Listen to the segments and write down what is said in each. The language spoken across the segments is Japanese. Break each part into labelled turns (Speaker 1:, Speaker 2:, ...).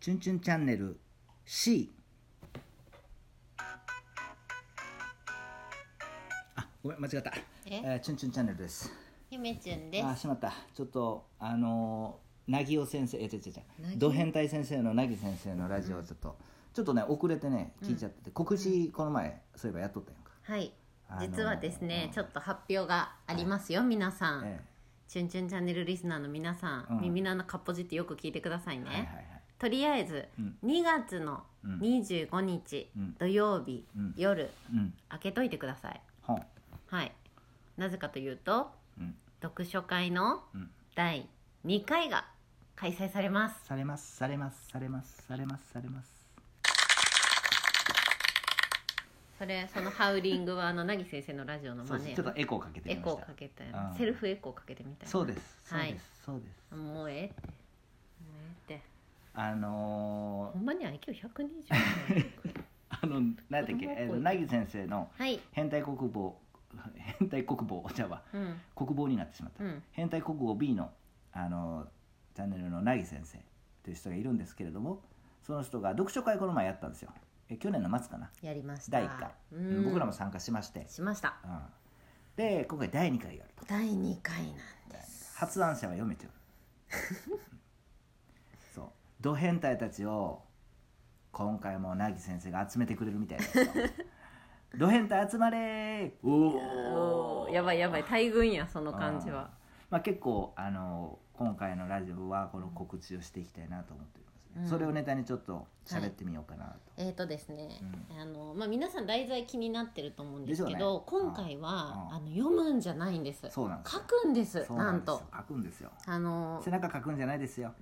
Speaker 1: チュンチュンチャンネル C あごめん間違った
Speaker 2: え
Speaker 1: ーチュンチュンチャンネルです
Speaker 2: ゆめちゅんで
Speaker 1: あ
Speaker 2: す
Speaker 1: しまったちょっとあのーなぎお先生え違う違う
Speaker 2: な
Speaker 1: 違
Speaker 2: ぎ
Speaker 1: うド変態先生のなぎ先生のラジオをちょっと、ちょっとね遅れてね聞いちゃってて、告知この前そういえばやっとったやんか、
Speaker 2: はい
Speaker 1: あのー
Speaker 2: 実はですね、
Speaker 1: うん
Speaker 2: ちょっと発表がありますよ、皆さん、
Speaker 1: え
Speaker 2: チュンチュンチャンネルリスナーの皆さん、
Speaker 1: うん
Speaker 2: 耳の穴かっぽじってよく聞いてくださいね、
Speaker 1: えはいはいはい
Speaker 2: とりあえず、
Speaker 1: うん
Speaker 2: 2月の
Speaker 1: うん
Speaker 2: 25日、
Speaker 1: うん
Speaker 2: 土曜日、
Speaker 1: うん
Speaker 2: 夜
Speaker 1: うん
Speaker 2: 開けといてください
Speaker 1: ほん
Speaker 2: はいなぜかというと
Speaker 1: うん
Speaker 2: 読書会の
Speaker 1: うん
Speaker 2: 第2回が開催されます
Speaker 1: されますされますされますされますされます
Speaker 2: それそのハウリングはあの凪先生のラジオの
Speaker 1: そう
Speaker 2: 真
Speaker 1: です
Speaker 2: 似
Speaker 1: ちょっとエコーかけて
Speaker 2: エ
Speaker 1: みま
Speaker 2: コ
Speaker 1: し
Speaker 2: ー
Speaker 1: た
Speaker 2: かけたよ
Speaker 1: うん
Speaker 2: セルフエコーかけてみたいな
Speaker 1: そうですそう
Speaker 2: はい
Speaker 1: ですそうです
Speaker 2: もうええってもうええって
Speaker 1: あの
Speaker 2: ほんまに IQ120 は
Speaker 1: ー、あの何だっけ
Speaker 2: 子供っぽい
Speaker 1: えっと凪先生の
Speaker 2: い
Speaker 1: 変態国防変態国防じゃあ
Speaker 2: うん
Speaker 1: 国防になってしまった、
Speaker 2: うん
Speaker 1: 変態国語 B のあのチャンネルの凪先生という人がいるんですけれどもその人が読書会この前やったんですよえ去年の末かな
Speaker 2: やりました
Speaker 1: 第1回、
Speaker 2: うん
Speaker 1: 僕らも参加しまして、
Speaker 2: しました
Speaker 1: うん、で今回第2回やると
Speaker 2: 第2回なんです
Speaker 1: 発案者は読 めちゃうそうド変態たちを今回も凪先生が集めてくれるみたい ですよド変態集まれーお
Speaker 2: お
Speaker 1: お
Speaker 2: ーやばいやばい大群やその感じは
Speaker 1: まあ、結構あの今回のラジオはこの告知をしていきたいなと思っておりますね、
Speaker 2: うん
Speaker 1: それをネタにちょっと喋ってみようかなと、
Speaker 2: えーとですね、あのまあ、皆さん題材気になってると思うんですけ
Speaker 1: でしょう
Speaker 2: ど、
Speaker 1: ね
Speaker 2: 今回は、
Speaker 1: うん
Speaker 2: あの読むんじゃないんです
Speaker 1: そうなんです
Speaker 2: 書
Speaker 1: よ
Speaker 2: くんです
Speaker 1: そう
Speaker 2: なん
Speaker 1: ですよ
Speaker 2: と
Speaker 1: 書くんですよ
Speaker 2: あの
Speaker 1: 背中書くんじゃないですよ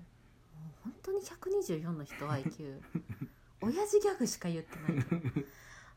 Speaker 2: 本当に124の人 IQ 親父ギャグしか言ってないけど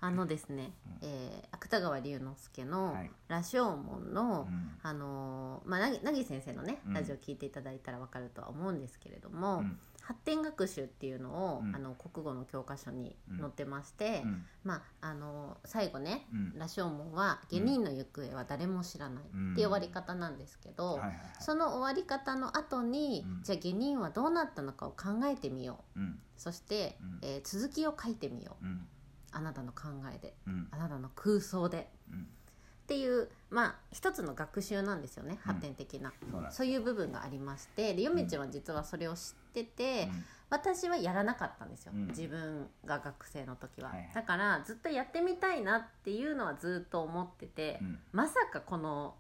Speaker 2: あのですね、えー芥川龍之介の
Speaker 1: はい
Speaker 2: 「羅生門の」
Speaker 1: うん
Speaker 2: あのーまあ、なぎなぎ先生のね
Speaker 1: うん
Speaker 2: ラジオ聞いていただいたらわかるとは思うんですけれども、
Speaker 1: うん
Speaker 2: 発展学習っていうのを、
Speaker 1: うん
Speaker 2: あの国語の教科書に載ってまして、
Speaker 1: うん
Speaker 2: まああのー最後ね
Speaker 1: う
Speaker 2: 「
Speaker 1: ん
Speaker 2: 羅生門は「下人の行方は誰も知らない」っていう終わり方なんですけ
Speaker 1: は
Speaker 2: ど、
Speaker 1: いはいはい
Speaker 2: その終わり方の後に、
Speaker 1: うん
Speaker 2: じゃあ下人はどうなったのかを考えてみよう
Speaker 1: うん
Speaker 2: そして、
Speaker 1: うん
Speaker 2: えー続きを書いてみよう
Speaker 1: うん
Speaker 2: あなたの考えで
Speaker 1: うん
Speaker 2: あなたの空想で
Speaker 1: うん
Speaker 2: っていうまあ一つの学習なんですよね発展的な、
Speaker 1: そうなんです
Speaker 2: そういう部分がありましてでヨメちゃんは実はそれを知ってて、私はやらなかったんですよ、
Speaker 1: うん
Speaker 2: 自分が学生の時は、
Speaker 1: はいはい
Speaker 2: だからずっとやってみたいなっていうのはずっと思ってて、
Speaker 1: うん
Speaker 2: まさかこの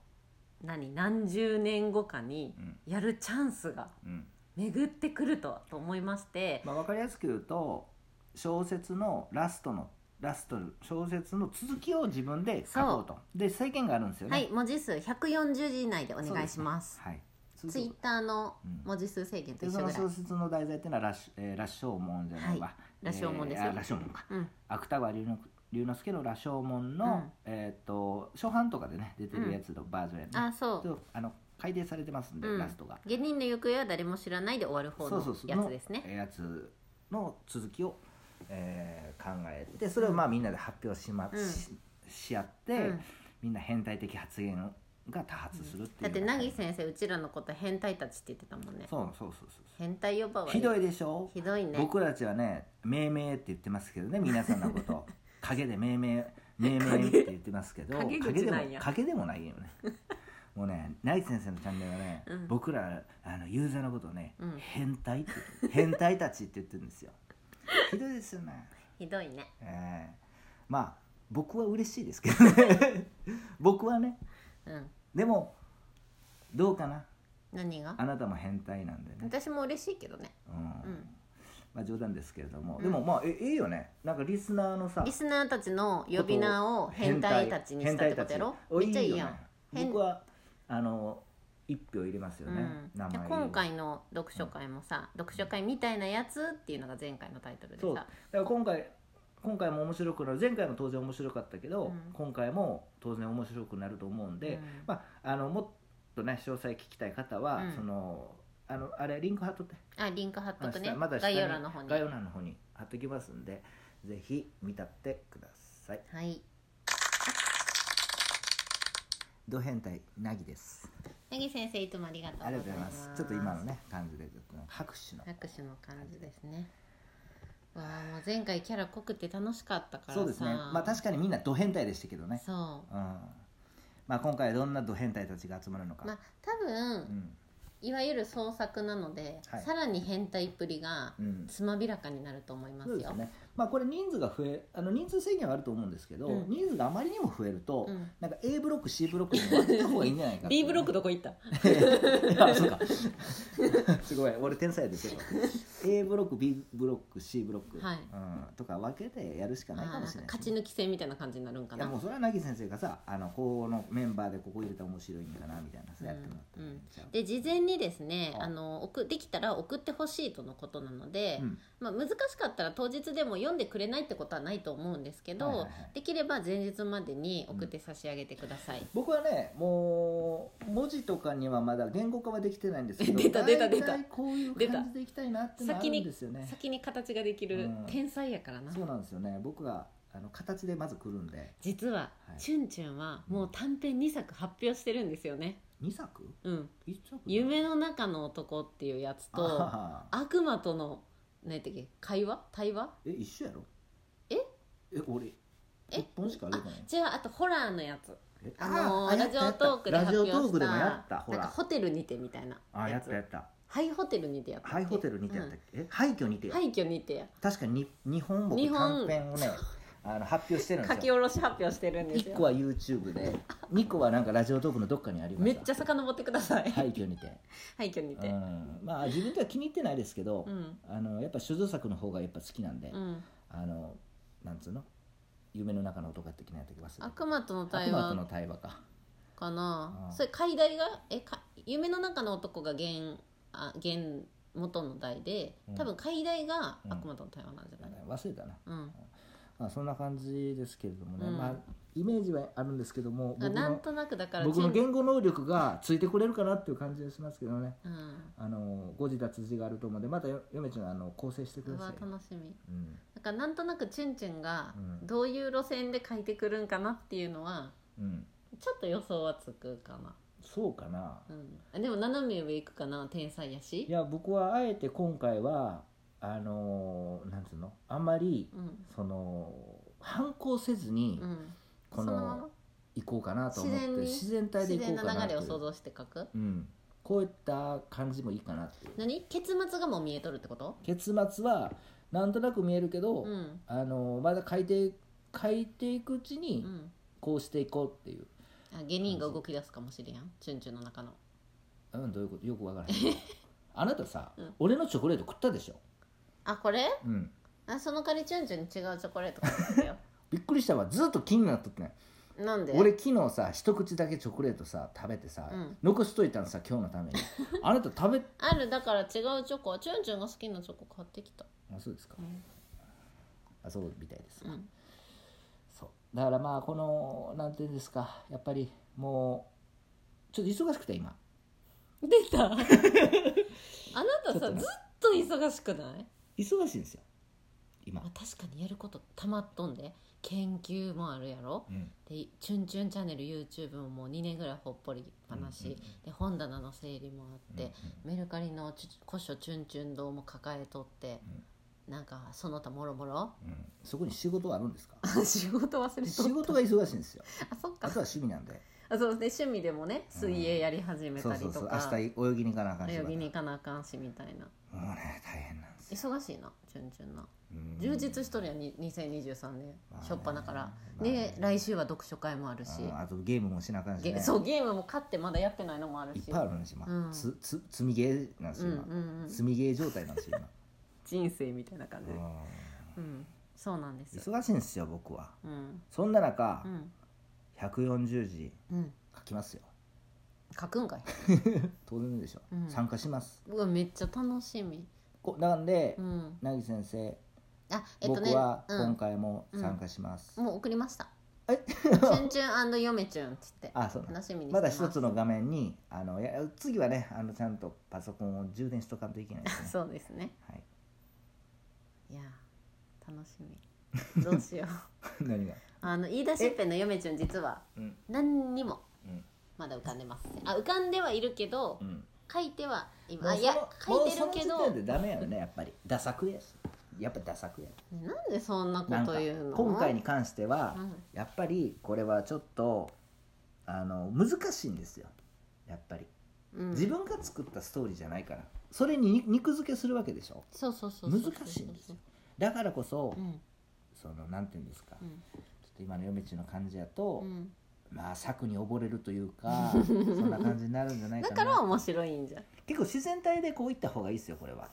Speaker 2: 何何十年後かに
Speaker 1: うん
Speaker 2: やるチャンスが
Speaker 1: うんうん
Speaker 2: 巡ってくるとはと思いまして、
Speaker 1: まあ、分かりやすく言うと小説のラストのラスト小説の続きを自分で書こうとで制限があるんですよね
Speaker 2: はい文字数140字以内でお願いしま
Speaker 1: そ
Speaker 2: す
Speaker 1: うでねはい
Speaker 2: ツイッターの
Speaker 1: うん
Speaker 2: 文字数制限と
Speaker 1: で
Speaker 2: 一
Speaker 1: そ
Speaker 2: 緒
Speaker 1: の
Speaker 2: ぐらい、
Speaker 1: 小説の題材っていうのは羅生、えー、羅生門じゃないわ、
Speaker 2: はい羅生門です
Speaker 1: え
Speaker 2: よ
Speaker 1: ーあ羅生門か
Speaker 2: うん
Speaker 1: 芥川龍之龍之介の羅生門の、
Speaker 2: うん
Speaker 1: えっ、と初版とかでね出てるやつのバージョンやね、
Speaker 2: あそう
Speaker 1: ちょっとあの改訂されてますんで、
Speaker 2: うん
Speaker 1: ラストが
Speaker 2: 芸人の行方は誰も知らないで終わる方のやつです
Speaker 1: の
Speaker 2: ね
Speaker 1: えーやつの続きを、えー考えてそれをまあみんなで発表し,、ま
Speaker 2: うん
Speaker 1: しし合って、
Speaker 2: うん
Speaker 1: みんな変態的発言が多発するってい
Speaker 2: だ
Speaker 1: う
Speaker 2: って
Speaker 1: のが、
Speaker 2: 凪先生うちらのこと変態たちって言ってたもんね
Speaker 1: そうそうそうそう
Speaker 2: 変態呼ばわり
Speaker 1: ひどいでしょ
Speaker 2: ひどいね
Speaker 1: 僕たちはね「命名」って言ってますけどね皆さんのこと 影で命名命名って言ってますけどで
Speaker 2: 影口
Speaker 1: も
Speaker 2: なんや
Speaker 1: 影でもないよねもうねナイツ先生のチャンネルはね、
Speaker 2: うん
Speaker 1: 僕らあのユーザーのことをね、
Speaker 2: うん
Speaker 1: 変態って言って変態たちって言ってるん ですよひどいですよね
Speaker 2: ひどいね
Speaker 1: えーまあ僕は嬉しいですけど ね僕はね
Speaker 2: うん
Speaker 1: でもどうかな
Speaker 2: 何が
Speaker 1: あなたも変態なんでね
Speaker 2: 私も嬉しいけどね
Speaker 1: うん
Speaker 2: ん
Speaker 1: まあ冗談ですけれども、
Speaker 2: うん
Speaker 1: でもまあえいいよねなんかリスナーのさ
Speaker 2: リスナーたちの呼び名を変態たちにしたってことやろめっちゃいいやん
Speaker 1: ん
Speaker 2: 変
Speaker 1: 僕はあの一票入れますよね、名
Speaker 2: で
Speaker 1: 前
Speaker 2: 今回の読書会もさ、読書会みたいなやつっていうのが前回のタイトルで
Speaker 1: そうだ
Speaker 2: さ
Speaker 1: から今回今回も面白くなる前回も当然面白かったけど、
Speaker 2: うん
Speaker 1: 今回も当然面白くなると思うんで、
Speaker 2: うん
Speaker 1: まああのもっとね詳細聞きたい方は、
Speaker 2: うん
Speaker 1: そのあのあれリンク貼っとって
Speaker 2: あリンク貼っとくね、
Speaker 1: まだ下に
Speaker 2: 概要欄の方に
Speaker 1: 概要欄の方に貼ってきますんでぜひ見たってください
Speaker 2: はい
Speaker 1: ド変態なぎです
Speaker 2: なぎ先生いつもありがとう
Speaker 1: ありが
Speaker 2: ご
Speaker 1: と
Speaker 2: ざ
Speaker 1: うござ
Speaker 2: い
Speaker 1: い
Speaker 2: ま
Speaker 1: ます
Speaker 2: す
Speaker 1: ちょっと今のね感じでちょっと拍手の
Speaker 2: 拍手の感じですねわあもう前回キャラ濃くて楽しかったからさ
Speaker 1: そうですねまあ確かにみんなド変態でしたけどね
Speaker 2: そう
Speaker 1: うんまあ今回どんなド変態たちが集まるのか、
Speaker 2: まあ多分、
Speaker 1: うん
Speaker 2: いわゆる創作なので、
Speaker 1: はい
Speaker 2: さらに変態っぷりが
Speaker 1: うん
Speaker 2: つまびらかになると思います
Speaker 1: そう
Speaker 2: よ
Speaker 1: ですねまあこれ人数が増えあの人数制限はあると思うんですけど、
Speaker 2: うん
Speaker 1: 人数があまりにも増えると、
Speaker 2: うん
Speaker 1: なんか A ブロック C ブロックに分けた方がいいんじゃないかっていう
Speaker 2: B ブロッ クどこ行った
Speaker 1: いやそうか すごい俺天才ですよ A ブロック B ブロック C ブロック、
Speaker 2: はい
Speaker 1: うん、とか分けてやるしかないかもしれない
Speaker 2: あーんか勝ち抜き戦みたいな感じになるんか
Speaker 1: い
Speaker 2: な
Speaker 1: やもうそれは凪先生がさあのこのメンバーでここ入れたら面白いんかなみたいなさ、やってもらったらいいんちゃう
Speaker 2: で事前にですね
Speaker 1: あ
Speaker 2: あの送できたら送ってほしいとのことなので、
Speaker 1: うん
Speaker 2: まあ、難しかったら当日でも読んでくれないってことはないと思うんですけど、
Speaker 1: はいはいはい
Speaker 2: できれば前日までに送って差し上げてください、
Speaker 1: 僕はねもう文字とかにはまだ言語化はできてないんですけど
Speaker 2: 出た出た出た
Speaker 1: 大体こういう感じでいきたいなってのはあるんですよね
Speaker 2: 先に形ができる
Speaker 1: うん
Speaker 2: 天才やからな、
Speaker 1: そうなんですよね僕があの形でまず来るんで
Speaker 2: 実は、
Speaker 1: はい
Speaker 2: チュンチュンはもう短編2作発表してるんですよね
Speaker 1: 2作
Speaker 2: うん
Speaker 1: 一作
Speaker 2: 「夢の中の男」っていうやつと
Speaker 1: あ
Speaker 2: 「悪魔との何やったっけ会話対話?
Speaker 1: ーえ一緒やろ
Speaker 2: え
Speaker 1: え俺
Speaker 2: え
Speaker 1: 1本しかあげてない
Speaker 2: 違うあとホラーのやつ
Speaker 1: え
Speaker 2: あの
Speaker 1: ー
Speaker 2: ーラジオトークで発
Speaker 1: ラ
Speaker 2: 表した
Speaker 1: ジオトークでもやったほ
Speaker 2: なん
Speaker 1: ら
Speaker 2: かホテルにてみたいな
Speaker 1: あや
Speaker 2: や
Speaker 1: っ
Speaker 2: つ
Speaker 1: たやった
Speaker 2: ハイホテルにてやったっけ
Speaker 1: ハイホテルにてやったっけ、え廃墟にて
Speaker 2: うん
Speaker 1: や、
Speaker 2: 廃墟にてや
Speaker 1: 確かにに日本僕
Speaker 2: 日
Speaker 1: 短
Speaker 2: 本
Speaker 1: 編をねあの発表してるん
Speaker 2: 書
Speaker 1: です
Speaker 2: き
Speaker 1: よ
Speaker 2: 下ろし発表してるんです
Speaker 1: 1個
Speaker 2: よ
Speaker 1: は YouTube で2個はなんかラジオトークのどっかにありま
Speaker 2: め
Speaker 1: し
Speaker 2: ったちゃ遡ってください、
Speaker 1: 廃墟にて、
Speaker 2: 廃墟に
Speaker 1: う
Speaker 2: て
Speaker 1: ん、まあ自分では気に入ってないですけど、
Speaker 2: うん
Speaker 1: あのやっぱ所蔵作の方がやっぱ好きなんで、
Speaker 2: うん
Speaker 1: あのなんつうの夢の中の男的なやつ忘れた
Speaker 2: 悪魔との
Speaker 1: 悪
Speaker 2: 対
Speaker 1: 魔との
Speaker 2: 話
Speaker 1: 対話か
Speaker 2: か
Speaker 1: う
Speaker 2: なんそれ解題がえか夢の中の男が原あ原元の題で
Speaker 1: うん
Speaker 2: 多分解題が
Speaker 1: うん
Speaker 2: 悪魔との対話なんじゃない
Speaker 1: 忘れたな、
Speaker 2: うん
Speaker 1: まあ、そんな感じですけれどもね、
Speaker 2: うん
Speaker 1: まあイメージはあるんですけども僕
Speaker 2: なん
Speaker 1: の
Speaker 2: となくだから
Speaker 1: 僕の
Speaker 2: チュン
Speaker 1: 言語能力がついてくれるかなっていう感じがしますけどね
Speaker 2: うん
Speaker 1: あの誤字脱字があると思うんでまたよ嫁ちゃんあの構成してくだ
Speaker 2: う
Speaker 1: さ
Speaker 2: わ
Speaker 1: い、
Speaker 2: 楽しみ
Speaker 1: うん
Speaker 2: なんかなんとなくチュンチュンが
Speaker 1: うん
Speaker 2: どういう路線で書いてくるんかなっていうのは
Speaker 1: うん、
Speaker 2: ちょっと予想はつくかな、
Speaker 1: そうかな
Speaker 2: うん、でも斜め上行くかな天才やし
Speaker 1: いや僕はあえて今回はあのーなんつうのあんまり
Speaker 2: うん
Speaker 1: その反抗せずに
Speaker 2: うん、
Speaker 1: こ
Speaker 2: その
Speaker 1: の
Speaker 2: ま
Speaker 1: 行こうかなと思って
Speaker 2: 自然に
Speaker 1: 自然
Speaker 2: ま
Speaker 1: 体で
Speaker 2: 自
Speaker 1: 行こ
Speaker 2: 然
Speaker 1: うかな
Speaker 2: な
Speaker 1: っ
Speaker 2: 流
Speaker 1: てい
Speaker 2: れを
Speaker 1: う
Speaker 2: 想像して書く
Speaker 1: うん、こういった感じもいいかなっていう
Speaker 2: 何結末がもう見えとるってこと
Speaker 1: 結末はなんとなく見えるけど、
Speaker 2: うん
Speaker 1: あのまだ書いて書いていくうち
Speaker 2: う
Speaker 1: に
Speaker 2: ん
Speaker 1: こうしていこうっていう、
Speaker 2: あ芸人が動き出すかもしれんチュンチュンの中の
Speaker 1: うん、どういうことよくわからないあなたさ、
Speaker 2: うん
Speaker 1: 俺のチョコレート食ったでしょ、
Speaker 2: あこれ
Speaker 1: うん、
Speaker 2: あその代わりチュンチュンに違うチョコレート買ってき たよ
Speaker 1: びっくりしたわずっと気になっとってね
Speaker 2: なんで
Speaker 1: 俺昨日さ一口だけチョコレートさ食べてさ、
Speaker 2: うん
Speaker 1: 残しといたのさ今日のため にあなた食べ
Speaker 2: あるだから違うチョコチュンチュンが好きなチョコ買ってきた、
Speaker 1: あそうですか
Speaker 2: うん
Speaker 1: あそうみたいです、
Speaker 2: うん
Speaker 1: そうだからまあこのなんていうんですかやっぱりもうちょっと忙しくて今
Speaker 2: 出 たあなた
Speaker 1: ちょっと
Speaker 2: さ
Speaker 1: ね
Speaker 2: ずっと忙しくない、
Speaker 1: 忙しいんですよ今
Speaker 2: まあ、確かにやることたまっとんで研究もあるやろ
Speaker 1: うん
Speaker 2: で「チュンチュンチャンネル」YouTube ももう2年ぐらいほっぽりっぱなし、
Speaker 1: うんうん
Speaker 2: で本棚の整理もあって、
Speaker 1: う
Speaker 2: メルカリのちゅ古書チュンチュン堂も抱えとって、なんかその他もろもろ
Speaker 1: うんうんそこに仕事はあるんですか
Speaker 2: 仕事忘れ
Speaker 1: 仕
Speaker 2: とっ
Speaker 1: 事が忙しいんですよ
Speaker 2: たあそっ
Speaker 1: あ
Speaker 2: か
Speaker 1: とは趣味なんで
Speaker 2: あそうで趣味でもね水泳やり始め
Speaker 1: そう
Speaker 2: たり
Speaker 1: そ
Speaker 2: と
Speaker 1: うそう
Speaker 2: か、
Speaker 1: 明日泳ぎに行かなあかんし
Speaker 2: 泳ぎに
Speaker 1: ま
Speaker 2: 行かなあかんしみたいな
Speaker 1: たもうね大変なんですよ
Speaker 2: 忙しいなチュンチュンな
Speaker 1: うん
Speaker 2: 充実しとるやんに2023年
Speaker 1: まあね
Speaker 2: 初っ端から、
Speaker 1: まあ
Speaker 2: ね
Speaker 1: ね
Speaker 2: 来週は読書会もあるし、
Speaker 1: うんあとゲームもしなあかんし
Speaker 2: ゲ
Speaker 1: ね
Speaker 2: そうゲームも買ってまだやってないのもある
Speaker 1: い
Speaker 2: し
Speaker 1: っぱいあるんですよ
Speaker 2: う
Speaker 1: 今
Speaker 2: ん
Speaker 1: つつ積みゲーなんです
Speaker 2: うん
Speaker 1: よ
Speaker 2: うん
Speaker 1: 今
Speaker 2: うん、
Speaker 1: 積みゲー状態なんです よ
Speaker 2: 人生みたいな感じ
Speaker 1: 今
Speaker 2: うん、そうなんです
Speaker 1: うん
Speaker 2: よ、
Speaker 1: 忙しいんですよ僕は
Speaker 2: うん
Speaker 1: そんな中
Speaker 2: うん
Speaker 1: 140字
Speaker 2: うん、
Speaker 1: 書きますよ
Speaker 2: 書くんかい
Speaker 1: 当然でしょ
Speaker 2: うん
Speaker 1: 参加します
Speaker 2: うわめっちゃ楽しみ、
Speaker 1: こなんで
Speaker 2: うん、
Speaker 1: 凪先生
Speaker 2: あえっと
Speaker 1: 僕
Speaker 2: ね
Speaker 1: は
Speaker 2: う
Speaker 1: 今
Speaker 2: ん、
Speaker 1: 回も参加します
Speaker 2: もう送りました
Speaker 1: え
Speaker 2: チュンチュン嫁チュン」っつって
Speaker 1: あそうなん
Speaker 2: 楽しみにして
Speaker 1: まだ
Speaker 2: す
Speaker 1: 一つの画面にあのいや次はねあのちゃんとパソコンを充電しとかんといけないですね
Speaker 2: そうですね
Speaker 1: はい
Speaker 2: いやー楽しみど うしよう
Speaker 1: 何が
Speaker 2: あの言い出しっぺの嫁ちゃん実は
Speaker 1: うん
Speaker 2: 何にも
Speaker 1: うん
Speaker 2: まだ浮かんでますあ浮かんではいるけど
Speaker 1: うん
Speaker 2: 書いては
Speaker 1: も
Speaker 2: 今
Speaker 1: う
Speaker 2: あいや
Speaker 1: そ
Speaker 2: 書
Speaker 1: の
Speaker 2: いて
Speaker 1: も
Speaker 2: るけ
Speaker 1: うその時
Speaker 2: ど
Speaker 1: 点でダメやろねやっぱりダサ作やしやっぱダサくや
Speaker 2: ねなんでそんなこ
Speaker 1: なん
Speaker 2: と
Speaker 1: か
Speaker 2: 言うの
Speaker 1: 今回に関しては、
Speaker 2: うん
Speaker 1: やっぱりこれはちょっとあの難しいんですよやっぱり
Speaker 2: うん
Speaker 1: 自分が作ったストーリーじゃないからそれにに肉付けするわけでしょ
Speaker 2: そうそうそうそう
Speaker 1: 難
Speaker 2: そう
Speaker 1: しいんですよだからこそ、
Speaker 2: うん
Speaker 1: そのなんていうんですか、
Speaker 2: う
Speaker 1: ちょ
Speaker 2: ん
Speaker 1: っと今の夜道の感じやと
Speaker 2: う、ん
Speaker 1: まあ策に溺れるという かそんな感じになるんじゃないか
Speaker 2: だ
Speaker 1: な
Speaker 2: から面白いんじゃん
Speaker 1: 結構自然体でこういった方がいいですよこれは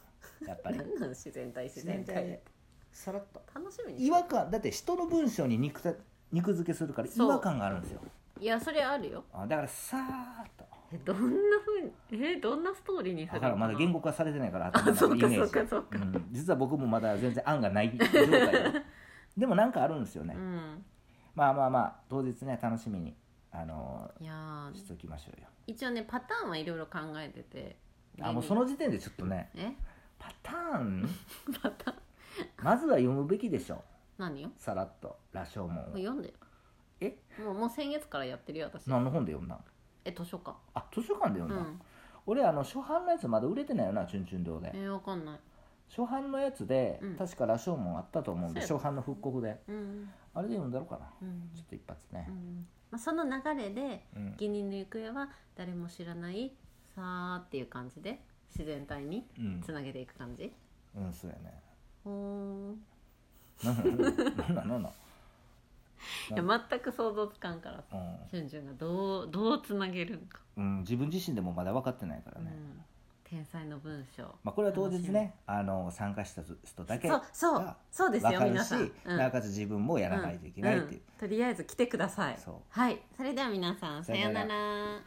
Speaker 1: やっぱり
Speaker 2: なんなん自然体自
Speaker 1: 自
Speaker 2: 然
Speaker 1: 然体
Speaker 2: 体
Speaker 1: でさらっと
Speaker 2: 楽しみにし
Speaker 1: 違和感だって人の文章に肉た肉付けするから違
Speaker 2: そう
Speaker 1: 和感があるんですよ
Speaker 2: いやそれあるよ
Speaker 1: あだからさーっと
Speaker 2: えどんなふうにえどんなストーリーに
Speaker 1: だ
Speaker 2: するの
Speaker 1: からまだ言
Speaker 2: 語
Speaker 1: 語化されてないから
Speaker 2: あそうか
Speaker 1: イメ
Speaker 2: そう
Speaker 1: ージ
Speaker 2: かそうか
Speaker 1: うん実は僕もまだ全然案がない状態で でもなんかあるんですよね、
Speaker 2: うん
Speaker 1: まあまあまあ当日ね楽しみにあの
Speaker 2: いやー
Speaker 1: ーしときましょうよ
Speaker 2: 一応ねパターンはいろいろ考えてて
Speaker 1: あもうその時点でちょっとね
Speaker 2: え
Speaker 1: パターン
Speaker 2: パターン
Speaker 1: まずは読むべきでしょ
Speaker 2: 何よも
Speaker 1: さらっと羅生門
Speaker 2: う
Speaker 1: を
Speaker 2: 読んでよ
Speaker 1: え
Speaker 2: もうもう先月からやってるよ私
Speaker 1: 何の本で読んだん
Speaker 2: え図書館
Speaker 1: あ図書館で読ん
Speaker 2: う
Speaker 1: だん、
Speaker 2: ん
Speaker 1: 俺あの初版のやつまだ売れてないよな「チュンチュン堂」
Speaker 2: え
Speaker 1: で
Speaker 2: ー、わかんない
Speaker 1: 初版のやつで、
Speaker 2: うん
Speaker 1: 確か羅生門あったと思うんで
Speaker 2: そ
Speaker 1: 初
Speaker 2: う
Speaker 1: 版の復刻で
Speaker 2: うん
Speaker 1: あれで読んだろうかな
Speaker 2: うん
Speaker 1: ちょっと一発
Speaker 2: う
Speaker 1: ね、
Speaker 2: んまあ、その流れで
Speaker 1: うん
Speaker 2: 芸人の行方は誰も知らないさーっていう感じで自然体に
Speaker 1: うん
Speaker 2: つなげていく感じ
Speaker 1: うんそうやね
Speaker 2: ほーん
Speaker 1: なんなんなんなんなんなん
Speaker 2: いや全く想像つかんからさ
Speaker 1: うん
Speaker 2: しゅんじゅんがどうどうつなげるんか、
Speaker 1: うん、自分自身でもまだ分かってないから
Speaker 2: う
Speaker 1: ね、
Speaker 2: ん、天才の文章
Speaker 1: まあ、これは当日ねあの参加した人だけ
Speaker 2: そう
Speaker 1: が
Speaker 2: そうそうです
Speaker 1: 分
Speaker 2: よ
Speaker 1: かる
Speaker 2: 皆
Speaker 1: し
Speaker 2: さん、
Speaker 1: なおかつ自分もやらないといけないっていう、
Speaker 2: うんうんとりあえず来てください
Speaker 1: そう
Speaker 2: はいそれでは皆さんさような
Speaker 1: さ
Speaker 2: ら